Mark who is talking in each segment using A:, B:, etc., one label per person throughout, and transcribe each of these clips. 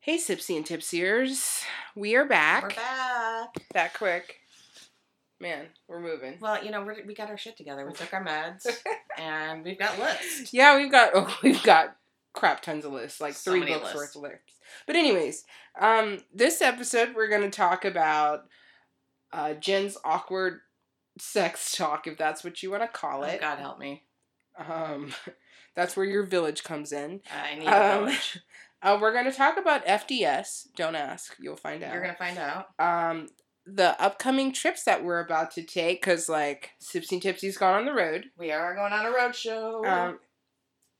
A: Hey, Sipsy and Tipsiers. We are back.
B: We're back.
A: That quick. Man, we're moving.
B: Well, you know, we're, we got our shit together. We took our meds and we've got lists.
A: Yeah, we've got oh, we've got crap tons of lists, like
B: So
A: three
B: many
A: books
B: lists.
A: worth of lists. But anyways, um, this episode we're gonna talk about uh, Jen's awkward sex talk, if that's what you want to call
B: Oh,
A: it.
B: God help me.
A: um, that's where your village comes in.
B: I need
A: Um,
B: a village.
A: Uh, we're gonna talk about FDS. Don't ask, you'll find out.
B: You're going to find out.
A: um the upcoming trips that we're about to take because like Sipsy and Tipsy's gone on the road.
B: We are going on a road show.
A: Um,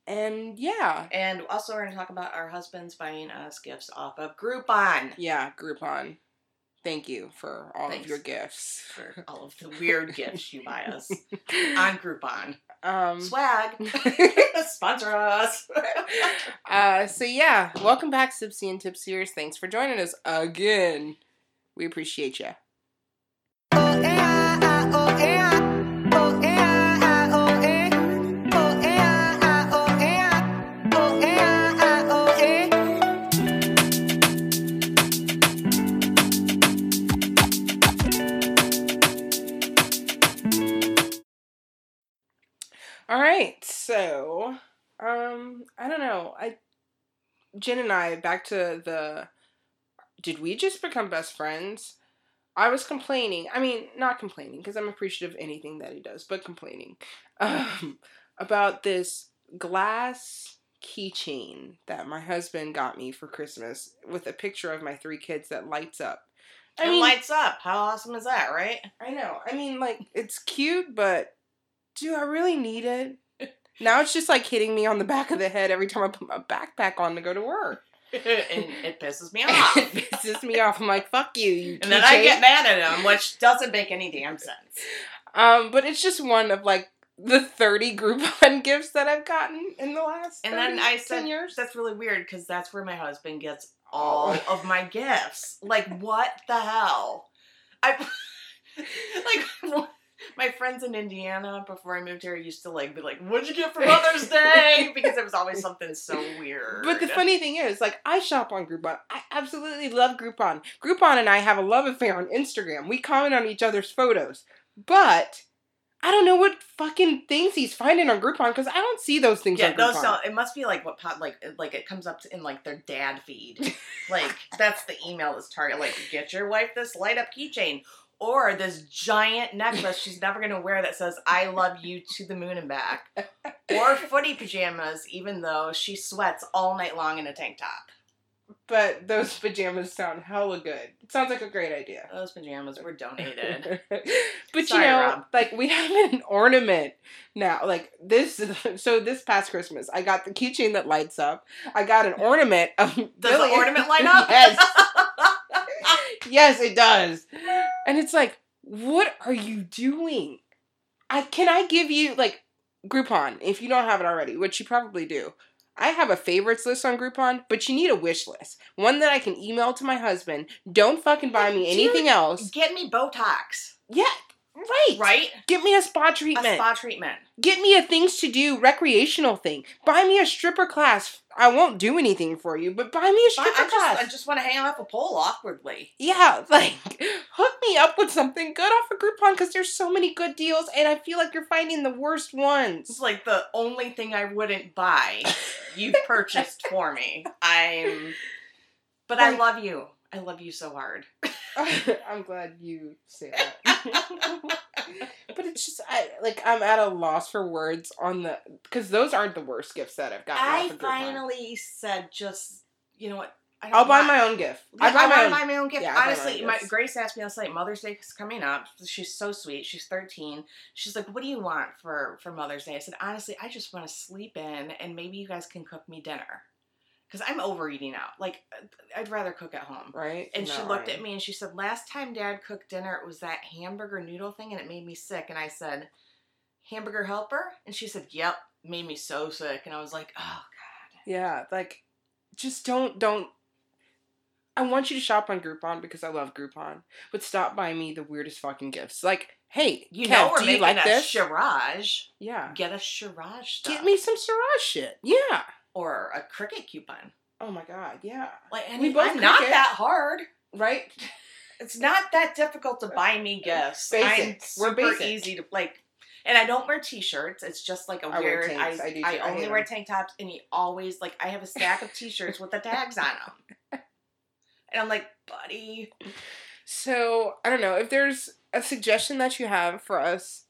A: and yeah,
B: and also, we're going to talk about our husbands buying us gifts off of Groupon
A: yeah, Groupon. Thank you for all
B: Thanks.
A: of your gifts.
B: for all of the weird gifts you buy us on Groupon.
A: um,
B: Swag. Sponsor us.
A: uh, so yeah, welcome back, Sipsy and Tipsyers. Thanks for joining us again. We appreciate you. All right, so um, I don't know. I Jen and I back to the. Did we just become best friends? I was complaining. I mean, not complaining because I'm appreciative of anything that he does, but complaining um, about this glass keychain that my husband got me for Christmas with a picture of my three kids that lights up. I
B: it
A: mean,
B: lights up. How awesome is that, right?
A: I know. I mean, like, it's cute, but do I really need it? Now it's just like hitting me on the back of the head every time I put my backpack on to go to work.
B: and it pisses me
A: it
B: off.
A: pisses me off. I'm like, fuck you. you
B: And then I
A: keychain.
B: get mad at him, which doesn't make any damn sense.
A: Um, but it's just one of like the 30 Groupon gifts that I've gotten in the last
B: And then
A: 30,
B: I
A: 10
B: said,
A: years. Oh.
B: That's really weird because that's where my husband gets all of my gifts. Like, what the hell? I like my friends in Indiana before I moved here used to like be like, "What'd you get for Mother's Day?" Because it was always something so weird.
A: But the funny thing is, like, I shop on Groupon. I absolutely love Groupon. Groupon and I have a love affair on Instagram. We comment on each other's photos. But I don't know what fucking things he's finding on Groupon because I don't see those things on
B: Yeah,
A: Groupon.
B: those sound, it must be like what pop like like it comes up in like their dad feed. like that's the email that's target like get your wife this light up keychain or this giant necklace she's never gonna wear that says I love you to the moon and back. Or footy pajamas, even though she sweats all night long in a tank top.
A: but those pajamas sound hella good. It sounds like a great idea.
B: Those pajamas were donated.
A: but
B: Sorry,
A: you know,
B: Rob.
A: like we have an ornament now. Like this, so this past Christmas, I got the keychain that lights up. I got an ornament. Of
B: Does the
A: Billy-
B: ornament light up?
A: yes, yes, it does. And it's like, what are you doing? I can I give you like Groupon if you don't have it already, which you probably do. I have a favorites list on Groupon, but you need a wish list. One that I can email to my husband. Don't fucking buy me
B: Dude,
A: anything else.
B: Get me Botox.
A: Yeah, right.
B: Right?
A: Get me a spa
B: A
A: treatment.
B: spa treatment.
A: Get me a things to do recreational thing. Buy me a stripper class. I won't do anything for you, but buy me a
B: I,
A: stripper
B: I
A: class.
B: just I just wanna hang off a pole awkwardly.
A: Yeah, like hook me up with something good off of Groupon because there's so many good deals, and I feel like you're finding the worst
B: It's
A: ones.
B: like the only thing I wouldn't buy you purchased for me. I'm but I
A: Like-
B: love you. I love you so hard.
A: I'm glad you say that. but it's just I like I'm at a loss for words on the because those aren't the worst gifts that I've gotten. off
B: I
A: of Groupon.
B: finally said just you know what I
A: I'll buy
B: want-
A: my own gift.
B: Yeah,
A: I buy my own.
B: wanna buy my own gift.
A: Yeah, I buy my own
B: Honestly, my,
A: gifts.
B: Grace asked me last night. Mother's Day is coming up. She's so sweet. She's 13. She's like, "What do you want for for Mother's Day?" I said, "Honestly, I just want to sleep in, and maybe you guys can cook me dinner, because I'm overeating out. Like, I'd rather cook at home."
A: right?
B: And she
A: No,
B: looked
A: right.
B: at me and she said, Last time dad cooked dinner, it was that hamburger noodle thing and it made me sick. And I said, Hamburger helper? And she said, Yep, made me so sick. And I was like, Oh,
A: Yeah, like just don't don't I want you to shop on Groupon because I love Groupon, but stop buying me the weirdest fucking gifts. Like, hey,
B: you
A: Kev,
B: know, we're
A: do
B: making
A: you like
B: a
A: this?
B: Shiraz.
A: yeah.
B: Get a Shiraz stuff.
A: Get me some Syrah shit. Yeah.
B: Or a cricket coupon.
A: Oh my god, yeah.
B: Like, I
A: We
B: mean,
A: both
B: I'm not
A: cook it.
B: that hard.
A: Right?
B: It's not that difficult to buy me gifts.
A: Basic.
B: I'm
A: We're
B: super
A: basic.
B: easy to like. And I don't wear t-shirts. It's just like a
A: I wear
B: weird.
A: tanks.
B: I,
A: I do
B: I
A: too. I
B: only
A: hate
B: wear
A: 'em.
B: tank tops, and you always like. I have a stack of t-shirts with the tags on them, and I'm like, buddy,
A: So I don't know if there's a suggestion that you have for us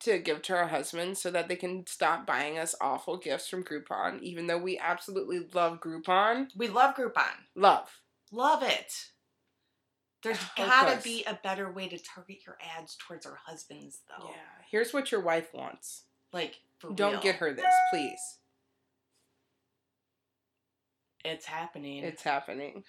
A: to give to our husbands so that they can stop buying us awful gifts from Groupon, even though we absolutely love Groupon.
B: we love Groupon.
A: Love.
B: Love it. There's
A: Help
B: gotta
A: us.
B: be a better way to target your ads towards our husbands, though.
A: Yeah. Here's what your wife wants.
B: Like, for
A: Don't
B: real.
A: get her this, please.
B: It's happening.
A: It's happening.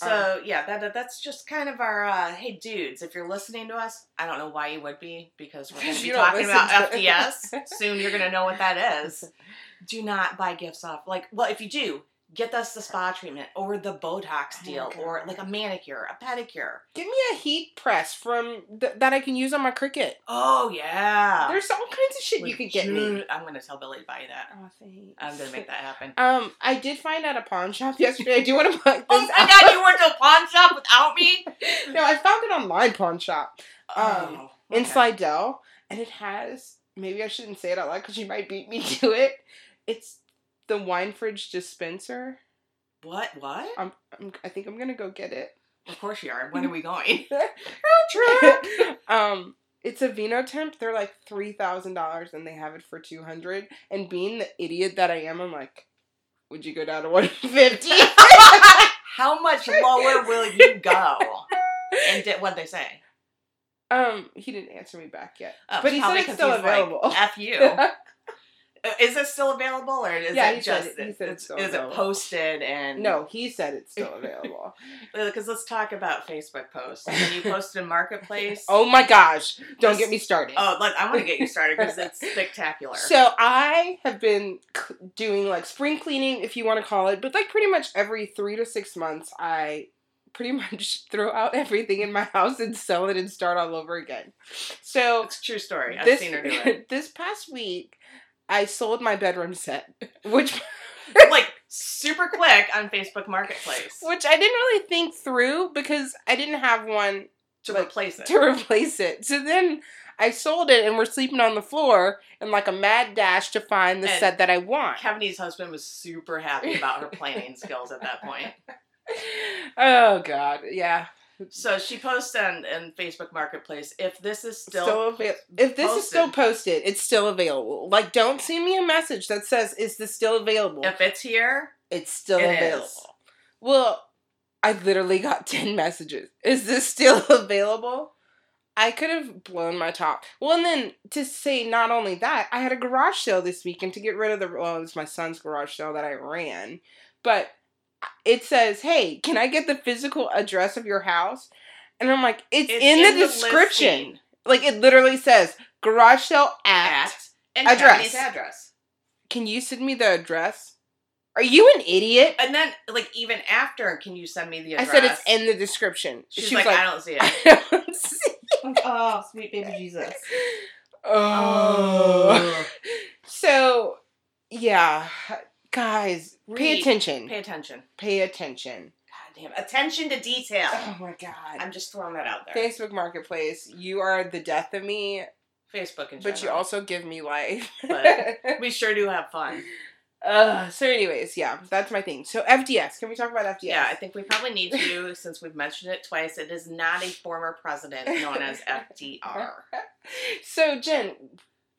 A: Uh-huh.
B: so yeah, that, that that's just kind of our uh, hey dudes. If you're listening to us, I don't know why you would be because we're going to
A: You
B: be
A: don't
B: talking about
A: listen to-
B: FDS soon. You're going to know what that is. Do not buy gifts off. Like, well, if you do, get us the spa treatment or the Botox
A: Oh my
B: deal or
A: God.
B: like a manicure, a pedicure.
A: Give me a heat press from th- that I can use on my Cricut.
B: Oh yeah,
A: There's all kinds of shit you
B: Like,
A: could get me.
B: dude, I'm going to tell Billy to buy you that.
A: Oh, thanks.
B: I'm going to make that happen.
A: Um, I did find at a pawn shop yesterday. I do want to plug this
B: Oh my
A: out.
B: god, you went to a pawn shop without me?
A: No, I found it online pawn shop
B: Oh,
A: in Slidell, and it has. Maybe I shouldn't say it out loud because she might beat me to it. It's the wine fridge dispenser.
B: What? What?
A: I'm, I'm, I think I'm gonna go get it.
B: Of course you are. When are we going?
A: um, it's a vino temp. They're like three thousand dollars, and they have it for two hundred. And being the idiot that I am, I'm like, would you go down to one fifty?
B: How much lower will you go? And did, what they say?
A: um, he didn't answer me back yet.
B: Oh,
A: But he
B: probably
A: said it's still
B: 'cause he's like,
A: available.
B: F you. Uh, Is it still available, or is
A: Yeah, he
B: it
A: said
B: just
A: it- he said it's still
B: is it
A: available.
B: posted and
A: No, he said it's still available.
B: Because let's talk about Facebook posts. When you posted in Marketplace,
A: oh my gosh! Don't get me started.
B: oh, let, I want to get you started because it's spectacular.
A: So I have been c- doing like spring cleaning, if you want to call it, but like pretty much every three to six months, I pretty much throw out everything in my house and sell it and start all over again. So
B: it's a true story. I've
A: this
B: seen her do it.
A: this past week, I sold my bedroom set, which
B: like super quick on Facebook Marketplace
A: which I didn't really think through because I didn't have one
B: to
A: like,
B: replace it.
A: to replace it. So then I sold it and we're sleeping on the floor in like a mad dash to find the
B: And-
A: set that I want.
B: Kevin's husband was super happy about her planning skills at that point.
A: oh god, yeah.
B: So she posts on, on Facebook Marketplace if this is still,
A: Still, avail- if this is still posted,
B: posted.
A: it's still available. Like, don't send me a message that says, "Is this still available?"
B: if it's here,
A: it's still
B: it is.
A: available. Well, I literally got ten messages. Is this still available? I could have blown my top. Well, and then to say not only that, I had a garage sale this weekend to get rid of the. Well, it was my son's garage sale that I ran, but it says, "Hey, can I get the physical address of your house?" And I'm like, "It's,
B: It's
A: in, the, description."
B: description
A: Like it literally says garage sale at.
B: at and
A: Address.
B: Kevin's address.
A: Can you send me the address? Are you an idiot?
B: And then like even after, can you send me the
A: I
B: address?
A: said it's in the description.
B: She's
A: she was
B: like,
A: like,
B: I don't see it.
A: I don't see.
B: oh, sweet baby Jesus.
A: Oh.
B: Oh.
A: So, yeah, guys, pay
B: Read.
A: attention.
B: Pay attention.
A: Pay attention.
B: God damn. Attention to detail.
A: Oh my god.
B: I'm just throwing that out there.
A: Facebook Marketplace, you are the death of me,
B: Facebook and
A: but you also give me life.
B: But we sure do have fun.
A: Ugh, so, anyways, yeah, that's my thing. So, FDS, can we talk about FDS?
B: Yeah, I think we probably need to, since we've mentioned it twice, it is not a former president known as FDR.
A: So, Jen,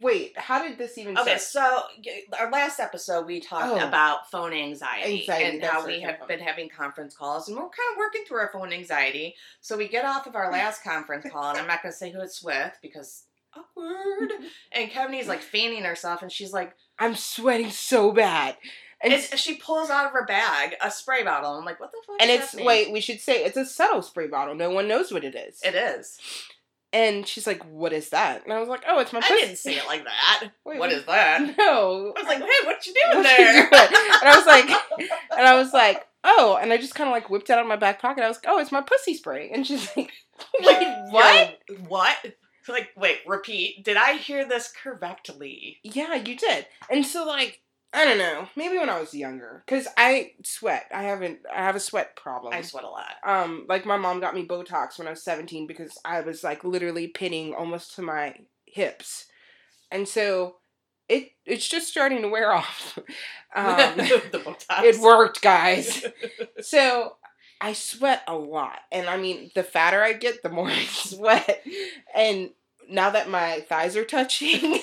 A: wait, how did this even
B: Okay,
A: start?
B: so y- our last episode we talked
A: Oh.
B: about phone anxiety,
A: Anxiety,
B: and
A: that's
B: how
A: what
B: we
A: it's
B: have
A: about.
B: been having conference calls and we're kind of working through our phone anxiety. So we get off of our last conference call, and I'm not going to say who it's with because awkward. And Kevin's like fanning herself, and she's like,
A: I'm sweating so bad. And
B: and she pulls out of her bag a spray bottle. I'm like, what the fuck?
A: And
B: is
A: it's
B: happening?
A: wait, we should say it's a subtle spray bottle. No one knows what it is.
B: It is.
A: and she's like, "What is that?" And I was like, "Oh, it's my."
B: I
A: pussy."
B: didn't say it like that.
A: Wait,
B: what
A: what-
B: is that?
A: No.
B: I was like, hey, what you doing
A: What you
B: there?
A: doing? and I was like, and I was like, oh, and I just kind of like whipped it out of my back pocket. I was like, oh, it's my pussy spray. And she's like, wait, what?
B: Yo, what? Like, wait, repeat. Did I hear this correctly?
A: Yeah, you did. And so like I don't know. Maybe when I was younger, because I sweat. I haven't. I have a sweat problem.
B: I sweat a lot.
A: Um, like my mom got me Botox when I was seventeen because I was like literally pinning almost to my hips, and so it it's just starting to wear off. Um,
B: the Botox.
A: it worked, guys. So I sweat a lot. And I mean, the fatter I get, the more I sweat. And now that my thighs are touching,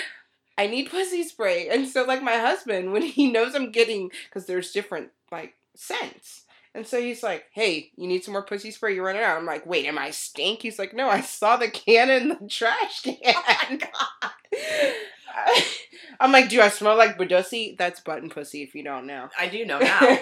A: I need pussy spray. And so, like, my husband, when he knows I'm getting, because there's different, like, scents. And so he's like, hey, you need some more pussy spray? You're running out. I'm like, wait, am I stink? He's like, no, I saw the can in the trash can. I'm like, do I smell like Badussi? That's button pussy if you don't know.
B: I do know now.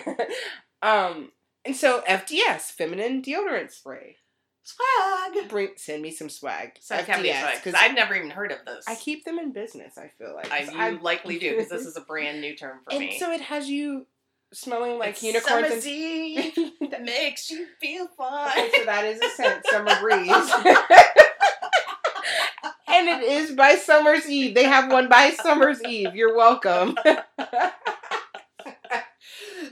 A: um, and so FDS, feminine deodorant spray.
B: Swag.
A: Bring send me some swag.
B: So it can be swag because I've never even heard of this.
A: I keep them in business. I feel like
B: I,
A: 'Cause
B: you likely do because this is a brand new term for
A: and
B: me.
A: so it has you smelling like
B: It's
A: unicorns.
B: Summer's
A: And,
B: Eve that makes you feel fine.
A: okay, so that is a scent, summer breeze. and it is by Summer's Eve. They have one by Summer's Eve. You're welcome.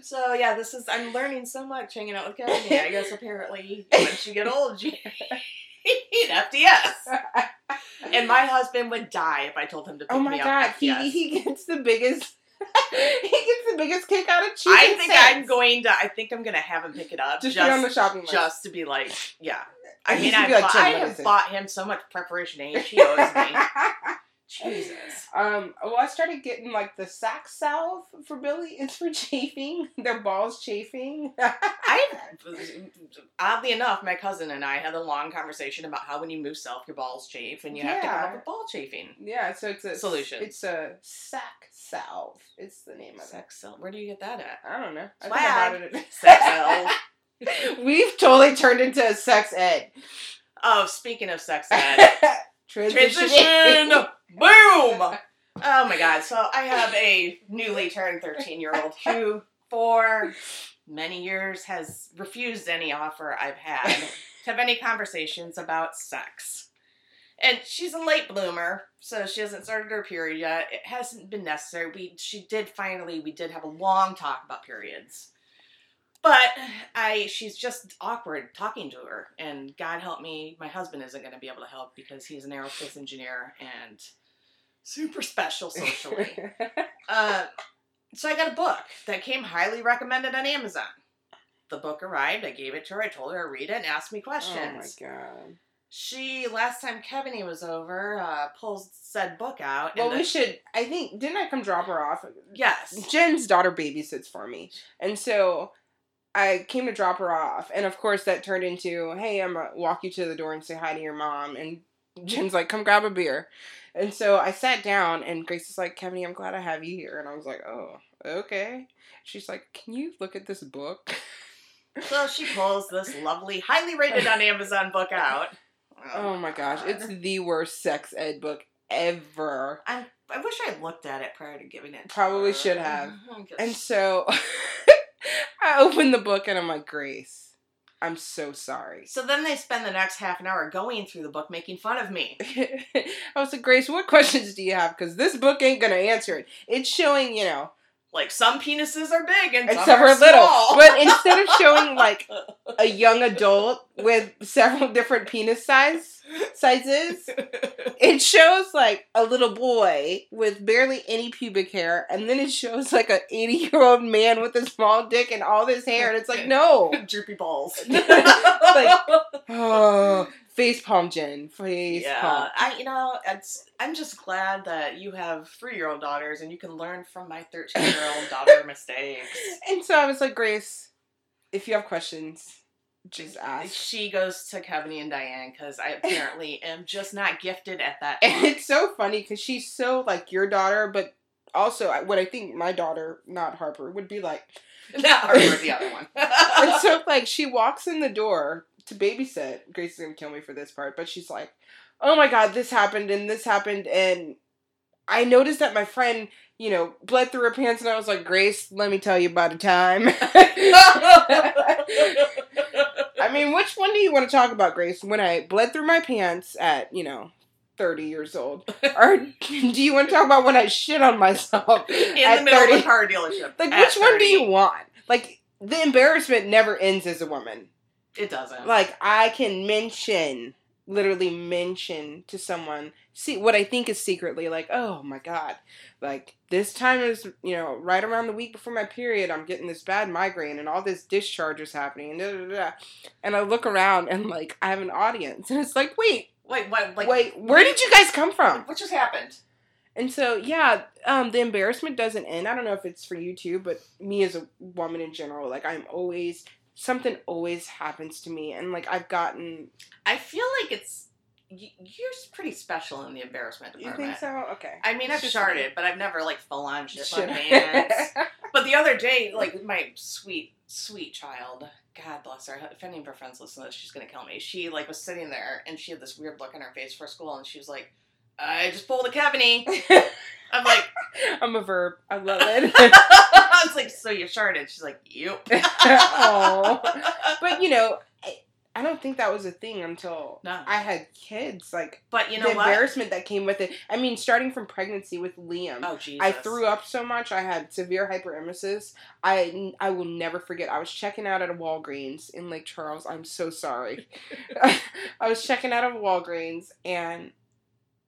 B: So yeah, this is I'm learning so much hanging out with Kevin. I guess apparently once you get old, you need FDS. And my husband would die if I told him to pick
A: Oh my
B: me
A: god,
B: up
A: he,
B: FDS.
A: he gets the biggest he gets the biggest kick out of cheating.
B: I think I'm
A: scents.
B: going to. I think I'm going to have him pick it up
A: just,
B: just
A: put it on the
B: just,
A: shopping list.
B: to be like, yeah. I
A: Just
B: mean,
A: to
B: I,
A: be like,
B: bought,
A: Jim,
B: I
A: what
B: have
A: is it?
B: bought him so much preparation age. He owes me. Jesus.
A: Um, well, I started getting like the sack salve for Billy. It's for chafing, their balls chafing.
B: I oddly enough, my cousin and I had a long conversation about how when you move self, your balls chafe, and you have to come
A: Yeah.
B: up with ball chafing.
A: yeah, so it's a
B: Solution.
A: It's a sack salve. It's the name of it.
B: Sex cell. Where do you get that at?
A: I don't know. I
B: Swag.
A: think I bought it.
B: Sex cell.
A: at- We've totally turned into a sex ed.
B: Oh, speaking of sex ed, transition. Boom. Oh my god. So I have a newly turned 13 year old who, for many years, has refused any offer I've had to have any conversations about sex. And she's a late bloomer, so she hasn't started her period yet. It hasn't been necessary. We she did finally we did have a long talk about periods. But I she's just awkward talking to her and God help me, my husband isn't gonna be able to help because he's an aerospace engineer and super special socially.
A: Oh
B: Uh, so I got a book that came highly recommended on Amazon. The book arrived. I gave it to her. I told her to read it and ask me
A: oh my
B: questions.
A: god.
B: she last time Kevin was over uh, pulls said book out.
A: Well,
B: and
A: we
B: the-
A: should. I think didn't I come drop her off?
B: yes,
A: Jen's daughter babysits for me. And so I came to drop her off. And of course, that turned into, hey, I'm going to walk you to the door and say hi to your mom. And Jen's like, come grab a beer. And so I sat down, and Grace is like, Kevin, I'm glad I have you here. And I was like, oh, okay. She's like, can you look at this book?
B: so she pulls this lovely, highly rated on Amazon book out.
A: Oh my gosh, it's the worst sex ed book ever.
B: I, I wish I had looked at it prior to giving it. to
A: Probably
B: her. Oh
A: should have.
B: I guess-
A: And so I opened the book, and I'm like, Grace, I'm so sorry.
B: so then they spend the next half an hour going through the book, making fun of me.
A: I was like, Grace, what questions do you have? Because this book ain't gonna answer it. It's showing, you know,
B: Like some penises are big and,
A: and
B: some,
A: some
B: are
A: are little,
B: small.
A: but instead of showing like a young adult with several different penis size sizes, it shows like a little boy with barely any pubic hair, and then it shows like an eighty year old man with a small dick and all this hair, and it's like, no,
B: droopy balls.
A: Like- oh, face palm, Jen, face
B: yeah,
A: palm.
B: I you know it's, I'm just glad that you have three year old daughters and you can learn from my thirteen year old daughter mistakes.
A: And so I was like, Grace, if you have questions, just ask.
B: She goes to Kevin and Diane because I apparently am just not gifted at that.
A: And it's so funny because she's so like your daughter, but also I- what I think my daughter, not Harper, would be like.
B: not her or the other one.
A: And so like she walks in the door to babysit. Grace is gonna kill me for this part, but she's like, "Oh my god, this happened and this happened and." I noticed that my friend, you know, bled through her pants, and I was like, "Grace, let me tell you about a time." I mean, which one do you want to talk about, Grace? When I bled through my pants at, you know, 30 years old. Or do you want to talk about when I shit on myself?
B: in
A: at
B: the middle
A: 30.
B: of a car dealership.
A: Like,
B: at
A: which one do
B: 30.
A: you want? Like, the embarrassment never ends as a woman.
B: It doesn't.
A: Like, I can mention, literally mention to someone, see what I think is secretly like, oh my God, like this time is, you know, right around the week before my period, I'm getting this bad migraine and all this discharge is happening. And, da, da, da, da. and I look around and, like, I have an audience. And it's like, wait,
B: wait, what? Like,
A: wait, where did you guys come from?
B: What just happened?
A: And so, yeah, um, the embarrassment doesn't end. I don't know if it's for you too, but me as a woman in general, like I'm always something always happens to me, and like I've gotten.
B: I feel like it's y- you're pretty special in the embarrassment
A: You
B: department.
A: think so? Okay.
B: I mean, I've
A: It's just
B: sharded, but I've never like full on shit
A: Shit.
B: on pants. but the other day, like my sweet, sweet child, God bless her. If any of her friends listen to this, she's gonna kill me. She like was sitting there and she had this weird look on her face for school, and she was like, "I just pulled a Kevney." I'm like,
A: I'm a verb. I love it.
B: I was like, "So you sharded?" She's like, "Yep."
A: Aw. but you know, I, I don't think that was a thing until
B: No.
A: I had kids. Like
B: But you know
A: the
B: what?
A: embarrassment that came with it. I mean, starting from pregnancy with Liam.
B: Oh Jesus!
A: I threw up so much. I had severe hyperemesis. I I will never forget. I was checking out at a Walgreens in Lake Charles. I'm so sorry. I was checking out of Walgreens and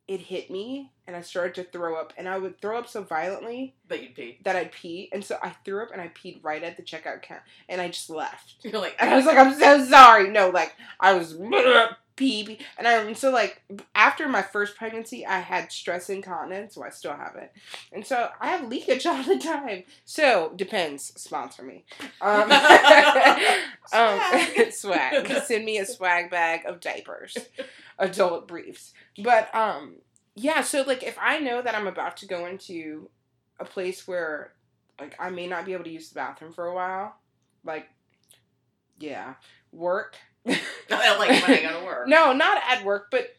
A: it hit me and I started to throw up and I would throw up so violently
B: But you'd pee.
A: that I'd pee and so I threw up and I peed right at the checkout count and I just left.
B: You're like,
A: And I was like, I'm so sorry. No, like I was pee, pee. and I'm so like after my first pregnancy, I had stress incontinence, so I still have it, and so I have leakage all the time. So depends. Sponsor me. Um, um,
B: Swag.
A: swag. Send me a swag bag of diapers, adult briefs. But um, yeah. So like, if I know that I'm about to go into a place where like I may not be able to use the bathroom for a while, like yeah, work.
B: like when I go to work.
A: No, not at work, but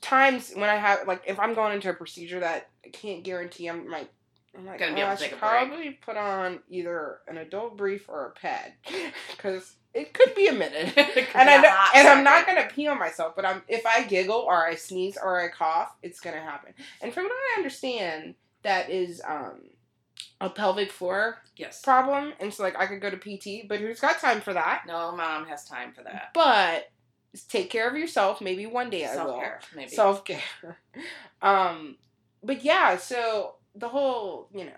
A: times when I have like if I'm going into a procedure that I can't guarantee I'm like I'm like,
B: Gonna be
A: "Oh,
B: able
A: I
B: to take
A: should
B: a break."
A: probably put on either an adult brief or a pad because it could be a minute. And I don't- and I'm not gonna pee on myself, but I'm if I giggle or I sneeze or I cough, it's gonna happen. And from what I understand, that is um a pelvic floor
B: Yes.
A: problem, and so like I could go to PT, but who's got time for that?
B: No, mom has time for that.
A: but take care of yourself. Maybe one day I will.
B: Self-care, maybe.
A: Self care. um, but yeah, so the whole you know,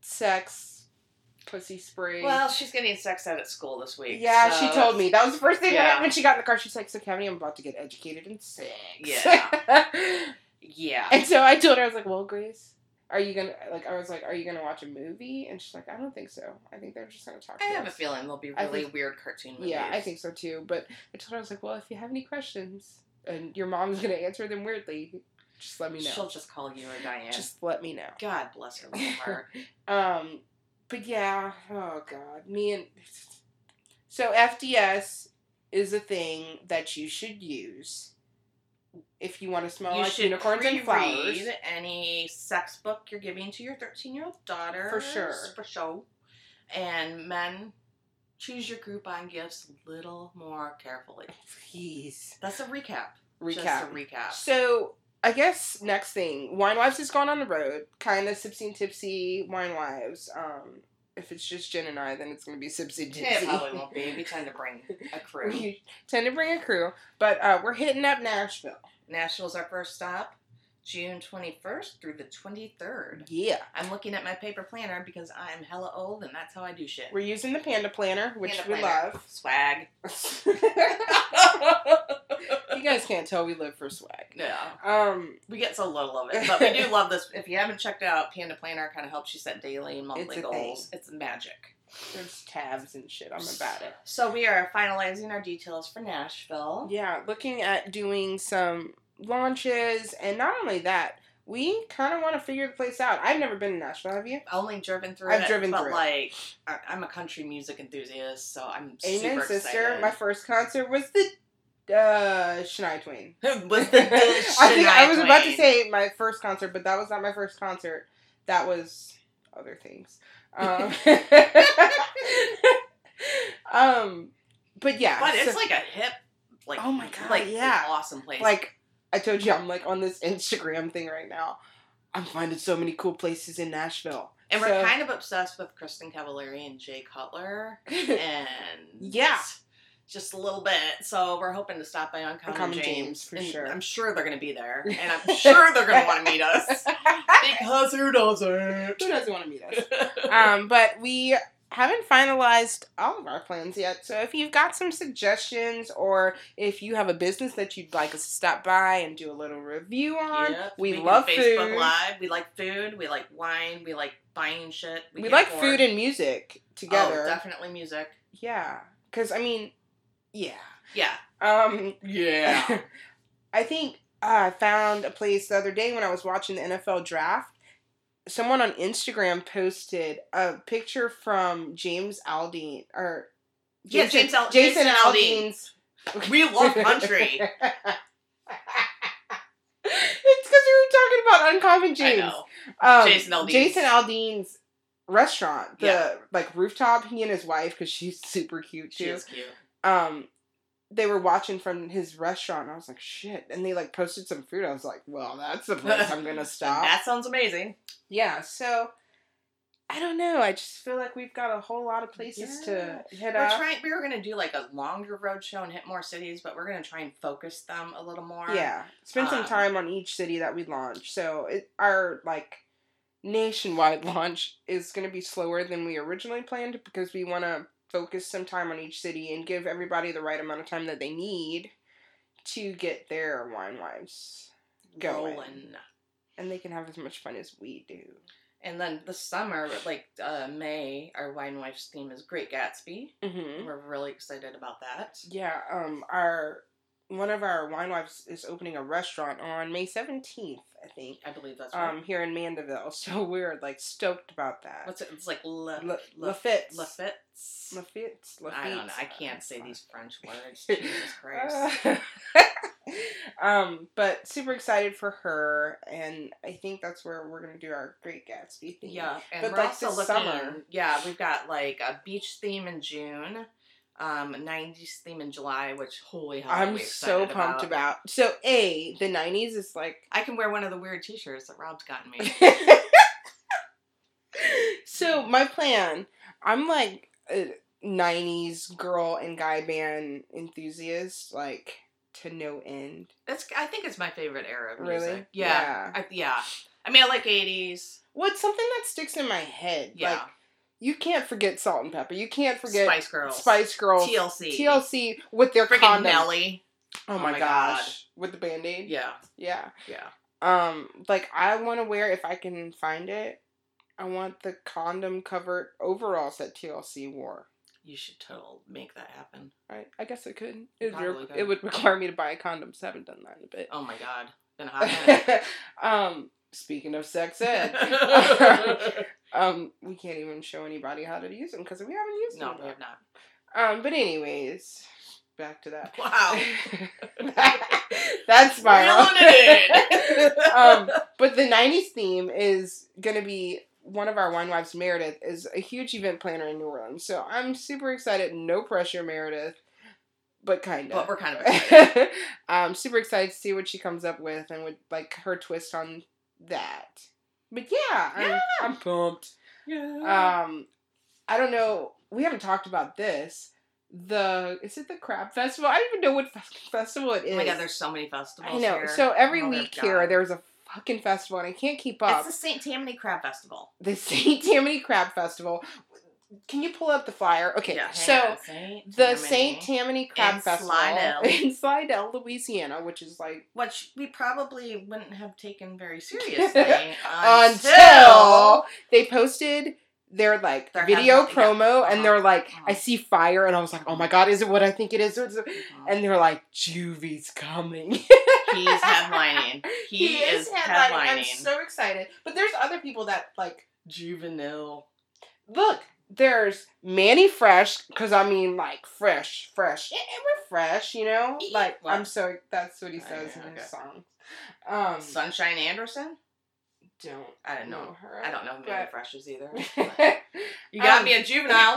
A: sex, pussy spray.
B: well, she's getting sex ed at school this week.
A: yeah,
B: so
A: she told me that was the first thing when I-
B: Yeah.
A: when she got in the car. She's like, "So, Kevin, I'm about to get educated in sex."
B: Yeah. Yeah.
A: and so I told her, I was like, "Well, Grace." Are you gonna like? I was like, "Are you gonna watch a movie?" And she's like, "I don't think so. I think they're just gonna talk."
B: I
A: to
B: have a
A: us."
B: feeling there'll be
A: I
B: really
A: think-
B: weird cartoon movies.
A: Yeah, I think so too. But I told her I was like, well, if you have any questions and your mom's gonna answer them weirdly, just let me know.
B: She'll just call you or Diane.
A: Just let me know.
B: God bless her little heart.
A: Um, but yeah, oh god, me and so FDS is a thing that you should use if you want to smell
B: you
A: like
B: should
A: unicorns and flowers.
B: reread any sex book you're giving to your 13 year old daughter
A: For sure.
B: for sure and men choose your Groupon gifts a little more carefully
A: Please
B: that's a recap just a
A: recap.
B: recap
A: So I guess next thing, Wine Wives has gone on the road, kind of sipsy and tipsy. Wine Wives. Um, if it's just Jen and I, then it's gonna be sipsy and tipsy.
B: it probably won't be we tend to bring a crew
A: We tend to bring a crew, but uh, we're hitting up Nashville.
B: Nashville's our first stop June 21st through the 23rd
A: Yeah,
B: I'm looking at my paper planner because I'm hella old and that's how I do shit
A: we're using the Panda Planner, which
B: Panda
A: we
B: planner. swag
A: love. you guys can't tell we live for swag.
B: no
A: Um,
B: We get so little of it, but we do love this. If you haven't checked it out, Panda Planner kind of helps you set daily and monthly
A: It's a
B: goals. It's magic.
A: there's tabs and shit. I'm about it.
B: So we are finalizing our details for Nashville.
A: Yeah, looking at doing some launches, and not only that, we kind of want to figure the place out. I've never been to Nashville, have you?
B: I Only driven through
A: I've
B: it,
A: driven
B: but
A: through it.
B: like I- I'm a country music enthusiast, so I'm
A: Amen,
B: super
A: sister.
B: excited.
A: My first concert was the uh, Shania Twain.
B: Was the dish
A: I think I was
B: Shania
A: about to
B: Twain.
A: say my first concert, but that was not my first concert. That was other things. Um, um but yeah,
B: but it's
A: so- um,
B: like a hip, like
A: Oh my God,
B: like
A: yeah.
B: awesome place.
A: like I told you I'm like on this Instagram thing right now. I'm finding so many cool places in Nashville.
B: And
A: So-
B: we're kind of obsessed with Kristen Cavallari and Jay Cutler. And
A: Yeah.
B: just a little bit. So we're hoping to stop by on Common
A: Common
B: James.
A: James, for
B: and
A: sure.
B: I'm sure they're going to be there. And I'm sure they're going to want to meet us. Because who doesn't?
A: Who doesn't want to meet us? um, but we haven't finalized all of our plans yet. So if you've got some suggestions or if you have a business that you'd like us to stop by and do a little review on,
B: Yep.
A: we,
B: can
A: love
B: Facebook
A: food.
B: Live. We like food. We like wine. We like buying shit.
A: We,
B: can
A: like
B: afford-
A: food and music
B: Oh,
A: together.
B: definitely music.
A: yeah. Cuz I mean, yeah.
B: Yeah.
A: Um
B: Yeah.
A: I think uh, I found a place the other day when I was watching the NFL draft. Someone on Instagram posted a picture from James Aldean or
B: Yeah, James Al-
A: Jason,
B: Jason
A: Aldean's.
B: we love country.
A: it's because we were talking about Uncommon James.
B: I know.
A: Um,
B: Jason Aldean's.
A: Jason Aldean's restaurant, the
B: Yeah.
A: like rooftop. He and his wife, because she's super cute too
B: She is cute.
A: um they were watching from his restaurant. I was like, shit. And they like posted some food. I was like, well, that's the place I'm gonna stop.
B: That sounds amazing.
A: yeah. So I don't know. I just feel like we've got a whole lot of places
B: Yeah.
A: to hit
B: We're
A: up.
B: trying. We were gonna do like a longer road show and hit more cities, but we're gonna try and focus them a little more.
A: yeah, spend some
B: Um,
A: time on each city that we launch. So it, our like nationwide launch is gonna be slower than we originally planned because we want to focus some time on each city and give everybody the right amount of time that they need to get their wine wives. going.
B: Rolling.
A: and they can have as much fun as we do.
B: And then this summer, like uh, May, our wine wife's theme is Great Gatsby.
A: Mm-hmm.
B: We're really excited about that.
A: Yeah, um, our one of our wine wives is opening a restaurant on May seventeenth, I think,
B: I believe that's right.
A: um, here in Mandeville. So we're like stoked about that.
B: What's it? It's like Le,
A: La-
B: Le-
A: Lafitte's.
B: Lafitte's.
A: Lafitte's?
B: I don't know.
A: Lafitte's? Ah.
B: I
A: Uh,
B: can't
A: it's
B: say
A: fine.
B: these French words. Jesus Christ.
A: Uh, um, but super excited for her, and I think that's where we're gonna do our Great Gatsby thing.
B: Yeah, and
A: But,
B: we're
A: like,
B: also
A: this
B: looking.
A: summer-
B: Yeah, we've got like a beach theme in June, um, '90s theme in July, which holy hell,
A: I'm
B: we
A: so
B: excited
A: pumped about. So a the '90s is like
B: I can wear one of the weird T-shirts that Rob's gotten me.
A: so my plan i'm like a 90s girl and guy band enthusiast like to no end
B: That's I think it's my favorite era of music.
A: Really?
B: Yeah,
A: Yeah.
B: I, yeah. I mean, I like '80s.
A: what's something that sticks in my head
B: Yeah,
A: like you can't forget salt and pepper you can't forget
B: Spice Girls,
A: Spice Girls,
B: TLC,
A: TLC with their
B: freaking
A: condom.
B: Nelly.
A: Oh,
B: Oh
A: my,
B: my
A: gosh.
B: God.
A: With the band-aid.
B: Yeah,
A: Yeah.
B: yeah.
A: Um, like I want to wear if I can find it. I want the condom covered overalls that TLC wore.
B: You should total make that happen.
A: Right? I guess I could. It, would
B: Probably
A: re-
B: could.
A: it would require me to buy a condom, so I haven't done that in a bit.
B: Oh my god, been a hot minute.
A: um, speaking of sex ed, um, we can't even show anybody how to use them because we haven't used
B: no,
A: them.
B: we have
A: yet.
B: not.
A: Um, but anyways, back to that.
B: Wow.
A: That's my
B: Reeling it in.
A: um, but the '90s theme is gonna be one of our wine wives. Meredith is a huge event planner in New Orleans, so I'm super excited. No pressure, Meredith, but kind
B: But
A: of.
B: we're kind of excited.
A: I'm super excited to see what she comes up with and with like her twist on that. But yeah, I'm,
B: Yeah.
A: I'm pumped.
B: yeah.
A: Um, I don't know. We haven't talked about this. The is it the crab festival? I don't even know what fes- festival it is.
B: oh my god, there's so many festivals.
A: I know.
B: here.
A: So every
B: Mother of
A: week here,
B: God.
A: there's a fucking festival, and I can't keep up.
B: It's the St. Tammany Crab Festival.
A: the St. Tammany Crab Festival. Can you pull up the flyer? Okay,
B: Yeah, hang
A: so
B: on, Saint
A: the
B: Tammany,
A: St. Tammany Crab
B: In
A: Festival
B: Slidell.
A: in Slidell, Louisiana, which is like
B: which we probably wouldn't have taken very seriously until
A: until they posted their like
B: Their
A: video
B: headline, yeah.
A: promo,
B: Uh-huh,
A: and they're like,
B: uh-huh.
A: "I see fire," and I was like, "Oh my god, is it what I think it is?" Is it-
B: and
A: And they're like, "Juvie's coming."
B: he's headlining. He, is headlining.
A: I'm so excited. But there's other people that like
B: Juvenile.
A: look, there's Manny Fresh, because I mean, like, fresh, fresh. Eh, eh, we're fresh, you know? Like,
B: What?
A: I'm so, that's what he
B: Oh,
A: says
B: yeah,
A: in his
B: okay.
A: songs. Um,
B: Sunshine Anderson.
A: don't.
B: I don't know.
A: her.
B: I don't know many freshers either.
A: but-
B: You got
A: Um,
B: me a juvenile.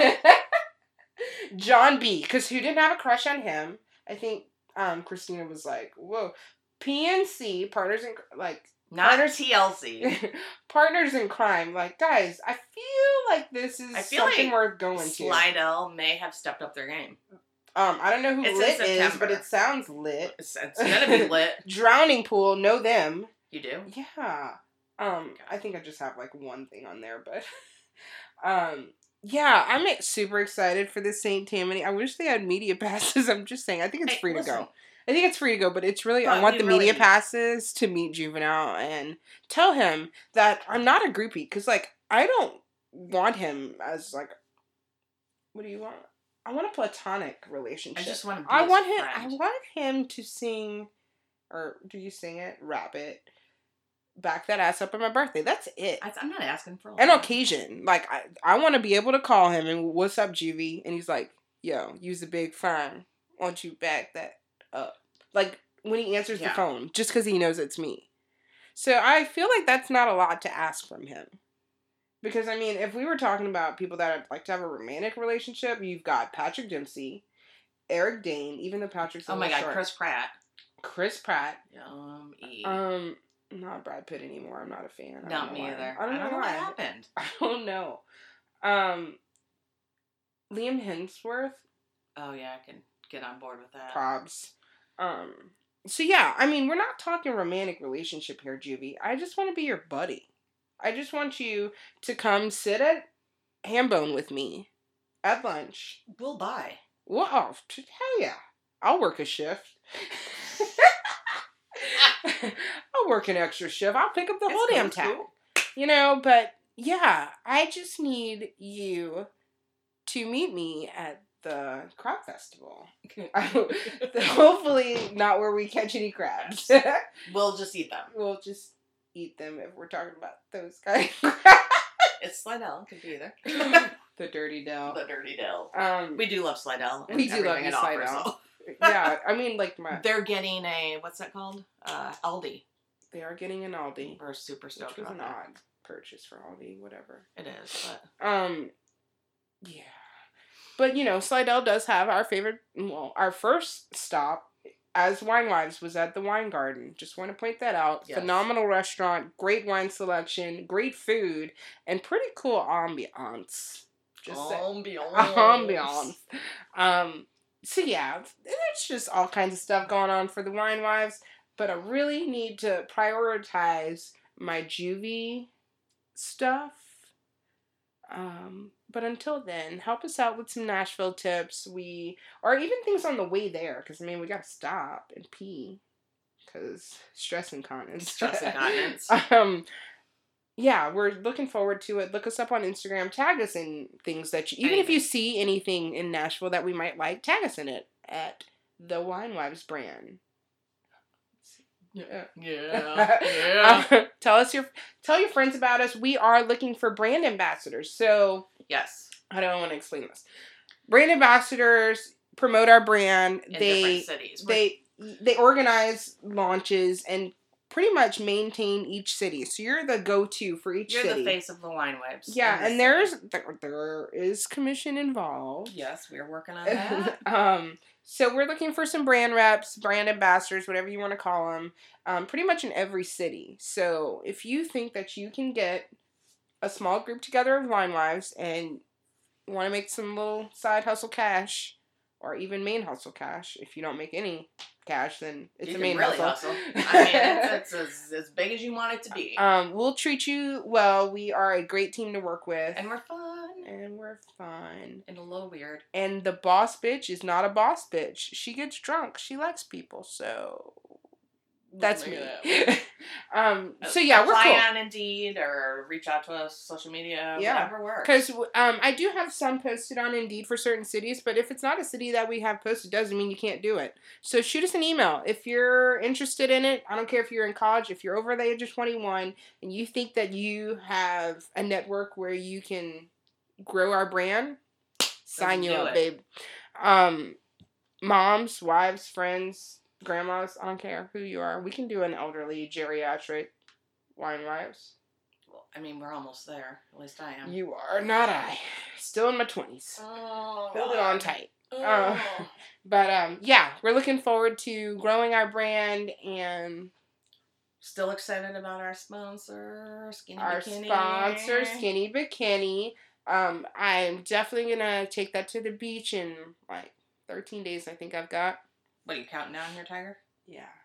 A: John B, because who didn't have a crush on him? I think um, Christina was like, whoa. PNC partners in like
B: Not
A: Others-
B: TLC.
A: partners in crime. Like guys, I feel like this is
B: I feel
A: something
B: like
A: worth going to.
B: Slidell may have stepped up their game.
A: Um, I don't know who
B: It's in
A: lit is,
B: September.
A: but it sounds lit.
B: It's, it's gonna be lit.
A: Drowning pool, know them.
B: You do?
A: Yeah. Um, I think I just have like one thing on there, but um yeah, I'm like, super excited for this St. Tammany. I wish they had media passes. I'm just saying. I think it's
B: Hey,
A: free
B: listen,
A: to go. I think it's free to go, but it's really I
B: But
A: want
B: we
A: the
B: really-
A: media passes to meet Juvenile and tell him that I'm not a groupie cuz like I don't want him as like what do you want? I want a platonic relationship.
B: I just want to. Be
A: I
B: his
A: want him.
B: friend.
A: I want him to sing, or do you sing it? Rap it. Back that ass up on my birthday. That's it.
B: I, am not asking for. a
A: An
B: lot.
A: occasion, like I, I want to be able to call him and what's up, Juvie? And he's like, "Yo, use a big fine. Want you back that up?" Like when he answers
B: Yeah.
A: the phone, just because he knows it's me. So I feel like that's not a lot to ask from him. Because I mean, if we were talking about people that would like to have a romantic relationship, you've got Patrick Dempsey, Eric Dane, even though Patrick's a
B: Oh my
A: little
B: god,
A: short.
B: Chris Pratt.
A: Chris Pratt.
B: Um, E.
A: Um, not Brad Pitt anymore. I'm not a fan. I
B: not
A: don't
B: me
A: know why.
B: either.
A: I don't know,
B: what
A: why.
B: happened.
A: I don't know. Um, Liam Hemsworth,
B: Oh yeah, I can get on board with that.
A: probs. Um, so yeah, I mean, we're not talking romantic relationship here, Juvie. I just want to be your buddy. I just want you to come sit at Hambone with me at lunch.
B: We'll buy.
A: Well, oh, t- hell yeah. I'll work a shift. I'll work an extra shift. I'll pick up the
B: It's
A: whole damn
B: cool,
A: tab.
B: cool.
A: You know, but yeah, I just need you to meet me at the crab festival. Hopefully, not where we catch any crabs.
B: we'll just eat them.
A: we'll just eat them if we're talking about those kind of crabs.
B: It's Slidell. Could be either.
A: the dirty dell.
B: the Dirty Dill.
A: Um,
B: We do love Slidell. and
A: We do love
B: everything
A: you,
B: it offers,
A: Slidell. yeah, I mean, like
B: though.
A: my
B: They're getting a what's that called? Uh, Aldi.
A: they are getting an Aldi,
B: We're super
A: which
B: stoked
A: was
B: about
A: an
B: that.
A: odd purchase for Aldi, whatever.
B: It is, but
A: Um, yeah, but you know, Slidell does have our favorite. Well, our first stop as wine wives was at the wine garden. Just want to point that out.
B: Yes.
A: Phenomenal restaurant, great wine selection, great food, and pretty cool ambiance. Just saying.
B: ambiance.
A: ambiance. Um, so yeah, there's just all kinds of stuff going on for the wine wives, but I really need to prioritize my juvie stuff. Um, but until then, help us out with some Nashville tips. We or even things on the way there, because I mean we gotta stop and pee, because stress incontinence.
B: Stress incontinence.
A: um, yeah, we're looking forward to it. Look us up on Instagram. Tag us in things that you, even if you
B: Anything.
A: see anything in Nashville that we might like, tag us in it at the Wine Wives brand.
B: Yeah, yeah.
A: Uh, tell us your tell your friends about us. We are looking for brand ambassadors. So
B: yes.
A: I don't want to explain this. Brand ambassadors promote our brand.
B: In
A: they
B: different cities. We're-
A: they they organize launches and pretty much maintain each city. So you're the go to for each
B: you're
A: city.
B: the face of the wine wipes.
A: Yeah,
B: in
A: and
B: this
A: there's
B: city.
A: there, there is commission involved.
B: Yes, we're working on that.
A: um, so we're looking for some brand reps, brand ambassadors, whatever you want to call them, um, pretty much in every city. So if you think that you can get a small group together of wine wives and want to make some little side hustle cash, or even main hustle cash, if you don't make any cash, then it's
B: you
A: a
B: can
A: main
B: really
A: hustle.
B: hustle. I mean, it's, it's as, as big as you want it to be,
A: Um, we'll treat you well. We are a great team to work with,
B: and we're fun
A: and we're fine.
B: and a little weird.
A: And the boss bitch is not a boss bitch. She gets drunk. She likes people. So that's
B: Look
A: me.
B: at
A: um.
B: that.
A: So yeah, we're
B: Apply
A: cool.
B: on Indeed or reach out to us social media.
A: Yeah.
B: whatever works.
A: Because um, I do have some posted on Indeed for certain cities, but if it's not a city that we have posted, doesn't mean you can't do it. So shoot us an email if you're interested in it. I don't care if you're in college, if you're over the age of 21, and you think that you have a network where you can grow our brand, sign you
B: do
A: up,
B: it.
A: babe. Um, moms, wives, friends, grandmas, I don't care who you are. We can do an elderly geriatric wine wives.
B: Well, I mean, we're almost there. At least I am.
A: You are not I. Still in my twenties.
B: oh,
A: Hold it
B: God.
A: on tight. Oh. But um, yeah, we're looking forward to growing our brand and
B: Still excited about our sponsor, Skinny
A: our
B: Bikini.
A: sponsor, Skinny Bikini. Um, I'm definitely gonna take that to the beach in like 13 days. I think I've got.
B: What are you counting down here, Tiger?
A: Yeah.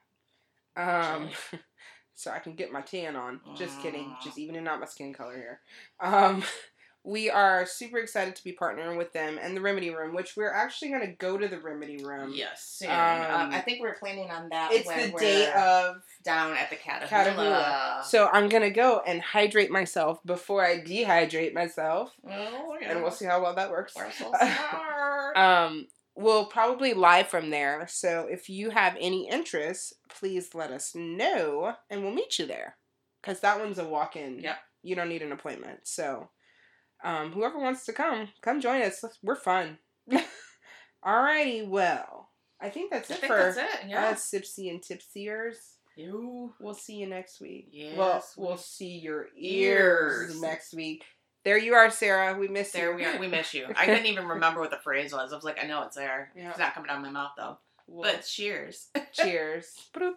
A: Um, so I can get my tan on. Just kidding.
B: Mm.
A: Just evening out my skin color here. Um, we are super excited to be partnering with them and the Remedy Room, which we're actually gonna go to the Remedy Room.
B: yes, soon.
A: um,
B: Um, I think we're planning on that.
A: It's
B: when
A: the
B: we're
A: day of
B: down at the Catahoula.
A: Catahoula. So I'm gonna go and hydrate myself before I dehydrate myself,
B: Oh, yeah.
A: and we'll see how well that works.
B: We're so smart.
A: Um, we'll probably live from there. So if you have any interest, please let us know, and we'll meet you there. Cause that one's a walk-in.
B: Yep.
A: You don't need an appointment. So, um, whoever wants to come, come join us. We're fun. Alrighty. Well, I think that's
B: I
A: it
B: think
A: for
B: that's it.
A: us,
B: Yeah.
A: Sipsy and Tipsiers.
B: You.
A: We'll see you next week. Well,
B: Yes, we-
A: we'll see your ears,
B: Ears.
A: next week. There you are, Sarah. We missed
B: There
A: you.
B: we are. We miss you. I couldn't even remember what the phrase was. I was like, I know it's there.
A: Yeah.
B: It's not coming out of my mouth though.
A: Well,
B: But cheers.
A: cheers. Bloop.